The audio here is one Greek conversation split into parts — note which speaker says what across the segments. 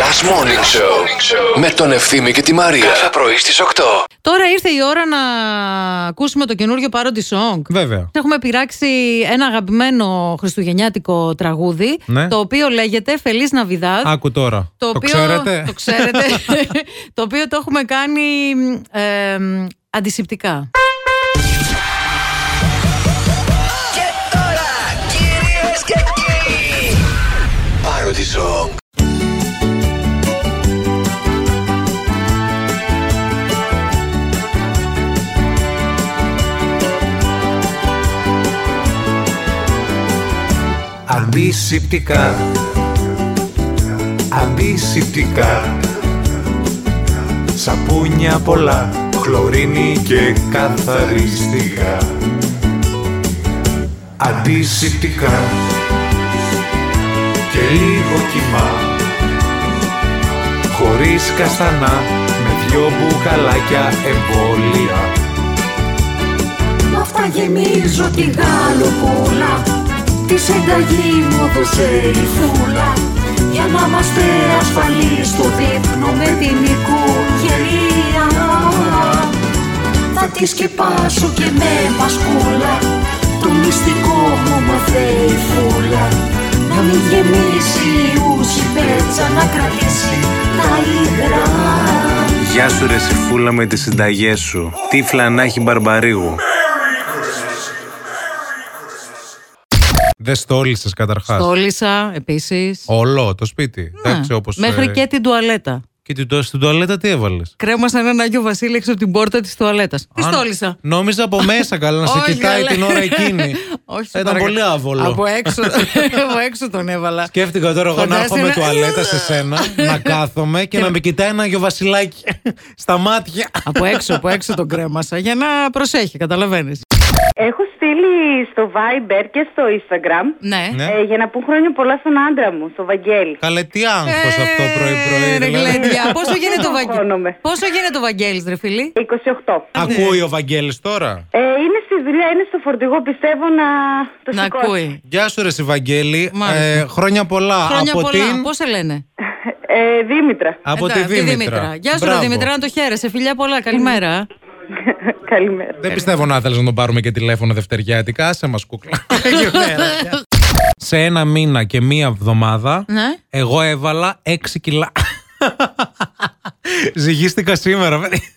Speaker 1: Last Morning Show με τον Ευθύμη και τη Μαρία. Κάθε πρωί στις 8.
Speaker 2: Τώρα ήρθε η ώρα να ακούσουμε το καινούριο parody song.
Speaker 3: Βέβαια.
Speaker 2: Έχουμε πειράξει ένα αγαπημένο χριστουγεννιάτικο τραγούδι,
Speaker 3: Ναι.
Speaker 2: το οποίο λέγεται Φελής Ναβιδάδ.
Speaker 3: Άκου τώρα. Το, ξέρετε.
Speaker 2: Το ξέρετε. το οποίο το έχουμε κάνει ε, αντισηπτικά.
Speaker 4: Και τώρα, κυρίες και κύριοι,
Speaker 1: Parody Song.
Speaker 5: Αντισηπτικά Αντισηπτικά Σαπούνια πολλά Χλωρίνη και καθαριστικά Αντισηπτικά Και λίγο κοιμά Χωρίς καστανά Με δυο μπουκαλάκια εμβόλια
Speaker 6: Μ' αυτά γεμίζω τη γαλοπούλα Τη συνταγή μου έδωσε η φούλα Για να είμαστε ασφαλείς στο δείπνο με την οικογένεια Θα τη σκεπάσω και με μασκούλα Το μυστικό μου μαθαίνει η φούλα Να μην γεμίσει η ούση πέτσα Να κρατήσει τα υγρά
Speaker 7: Γεια σου ρε Σιφούλα με τις συνταγές σου. Τι φλανάχη μπαρμπαρίγου.
Speaker 3: Δεν στόλισες καταρχάς.
Speaker 2: Στόλισα επίσης.
Speaker 3: Όλο το σπίτι. Εντάξει, όπως,
Speaker 2: Ναι. Μέχρι
Speaker 3: ε,
Speaker 2: και την τουαλέτα.
Speaker 3: και την το- στην τουαλέτα τι έβαλες.
Speaker 2: Κρέμα σαν ένα Άγιο Βασίλη έξω από την πόρτα της τουαλέτας. Τι στόλισα.
Speaker 3: Νόμιζα από μέσα καλά να σε
Speaker 2: Όχι,
Speaker 3: κοιτάει
Speaker 2: καλέ.
Speaker 3: την ώρα εκείνη.
Speaker 2: Όχι, σε
Speaker 3: Θα Ήταν
Speaker 2: παρακαλώ.
Speaker 3: πολύ άβολο.
Speaker 2: Από έξω, από έξω τον έβαλα.
Speaker 3: Σκέφτηκα τώρα εγώ να
Speaker 2: Φαντάζεσαι
Speaker 3: έρχομαι
Speaker 2: να-
Speaker 3: τουαλέτα σε σένα, να κάθομαι και να με κοιτάει ένα γιοβασιλάκι στα μάτια.
Speaker 2: από έξω, από έξω τον κρέμασα για να προσέχει, καταλαβαίνεις.
Speaker 8: Έχω στείλει στο Viber και στο Instagram
Speaker 2: Ναι.
Speaker 3: Ναι.
Speaker 8: ε, για να πούν χρόνια πολλά στον άντρα μου, στο Βαγγέλη.
Speaker 3: Καλέ τι άγχος αυτό πρωί-πρωί.
Speaker 2: Ε, ρε
Speaker 3: δηλαδή.
Speaker 2: γλέντια. Πόσο γίνεται το Βαγγέλης.
Speaker 8: Αγχώνομαι.
Speaker 2: Πόσο γίνεται ο Βαγγέλης ρε φίλη.
Speaker 8: 28.
Speaker 3: Ακούει ο Βαγγέλης τώρα.
Speaker 8: Ε, είναι στη δουλειά, είναι στο φορτηγό, πιστεύω να το
Speaker 2: Να
Speaker 8: σηκώσει.
Speaker 2: ακούει.
Speaker 3: Γεια σου ρε Σιβαγγέλη,
Speaker 2: Μάλιστα.
Speaker 3: ε, χρόνια πολλά
Speaker 2: Χρόνια
Speaker 3: από
Speaker 2: πολλά.
Speaker 3: την...
Speaker 2: Πώς σε λένε.
Speaker 8: Ε, Δήμητρα.
Speaker 3: Από
Speaker 2: Εντάξει,
Speaker 3: τη Δήμητρα.
Speaker 2: Γεια σου, ρε
Speaker 3: Μπράβο.
Speaker 2: Δήμητρα, να το χαίρεσαι. Φιλιά πολλά. Καλημέρα.
Speaker 8: Καλημέρα.
Speaker 3: Δεν πιστεύω να θέλει να τον πάρουμε και τηλέφωνο δευτεριάτικα. Άσε μας κούκλα. Σε ένα μήνα και μία εβδομάδα,
Speaker 2: Ναι.
Speaker 3: εγώ έβαλα 6 κιλά. Ζυγίστηκα σήμερα, παιδί.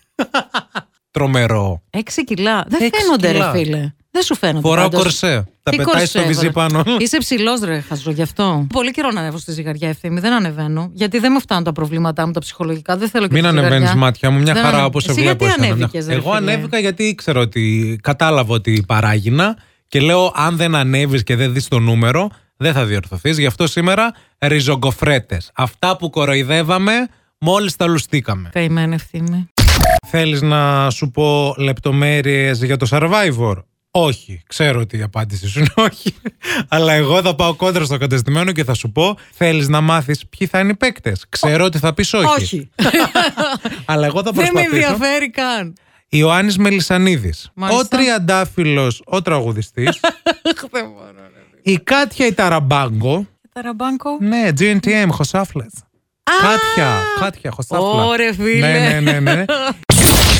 Speaker 3: Τρομερό.
Speaker 2: Έξι κιλά. Δεν
Speaker 3: Έξι
Speaker 2: φαίνονται,
Speaker 3: κιλά.
Speaker 2: ρε φίλε. Δεν σου φαίνονται.
Speaker 3: Φοράω
Speaker 2: πάντως.
Speaker 3: κορσέ. Τα
Speaker 2: Τι
Speaker 3: πετάει στο
Speaker 2: κορσέ,
Speaker 3: βυζί
Speaker 2: βρε.
Speaker 3: πάνω.
Speaker 2: Είσαι ψηλός, ρε, χαζό γι' αυτό. Πολύ καιρό να ανέβω στη ζυγαριά ευθύνη. Δεν ανεβαίνω. Γιατί δεν μου φτάνουν τα προβλήματά μου τα ψυχολογικά. Δεν θέλω και
Speaker 3: Μην
Speaker 2: τη ζυγαριά.
Speaker 3: ανεβαίνεις μάτια μου, μια
Speaker 2: Δεν
Speaker 3: χαρά
Speaker 2: ανεβαίνω.
Speaker 3: όπως σε
Speaker 2: Εσύ
Speaker 3: βλέπω.
Speaker 2: Γιατί
Speaker 3: εσένα.
Speaker 2: ανέβηκες, ρε.
Speaker 3: Εγώ
Speaker 2: φίλε?
Speaker 3: ανέβηκα γιατί ήξερα ότι κατάλαβα ότι παράγινα και λέω: Αν δεν ανέβεις και δεν δεις το νούμερο, δεν θα διορθωθείς. Γι' αυτό σήμερα ριζογκοφρέτες. Αυτά που κοροϊδεύαμε, μόλις τα λουστήκαμε.
Speaker 2: Καημένη ευθύνη.
Speaker 3: Θέλεις να σου πω λεπτομέρειες για το Survivor. Όχι, ξέρω ότι η απάντηση σου είναι όχι. Αλλά εγώ θα πάω κόντρα στο κατεστημένο και θα σου πω: Θέλεις να μάθεις ποιοι θα είναι οι παίκτες. Ξέρω ότι θα πεις όχι.
Speaker 2: Όχι.
Speaker 3: Αλλά εγώ θα
Speaker 2: δεν με
Speaker 3: προσπαθήσω.
Speaker 2: ενδιαφέρει καν.
Speaker 3: Ιωάννης Μελισανίδης. Ο
Speaker 2: Μάλιστα.
Speaker 3: τριαντάφυλλος, ο τραγουδιστής.
Speaker 2: Δεν μπορώ, ρε.
Speaker 3: η Κάτια η Ταραμπάγκο.
Speaker 2: Ταραμπάνκο.
Speaker 3: Ναι, GNTM, Χωσάφλετ. Κάτια, Κάτια, Χωσάφλα.
Speaker 2: Ωρε, φίλε.
Speaker 3: Ναι, ναι, ναι. ναι.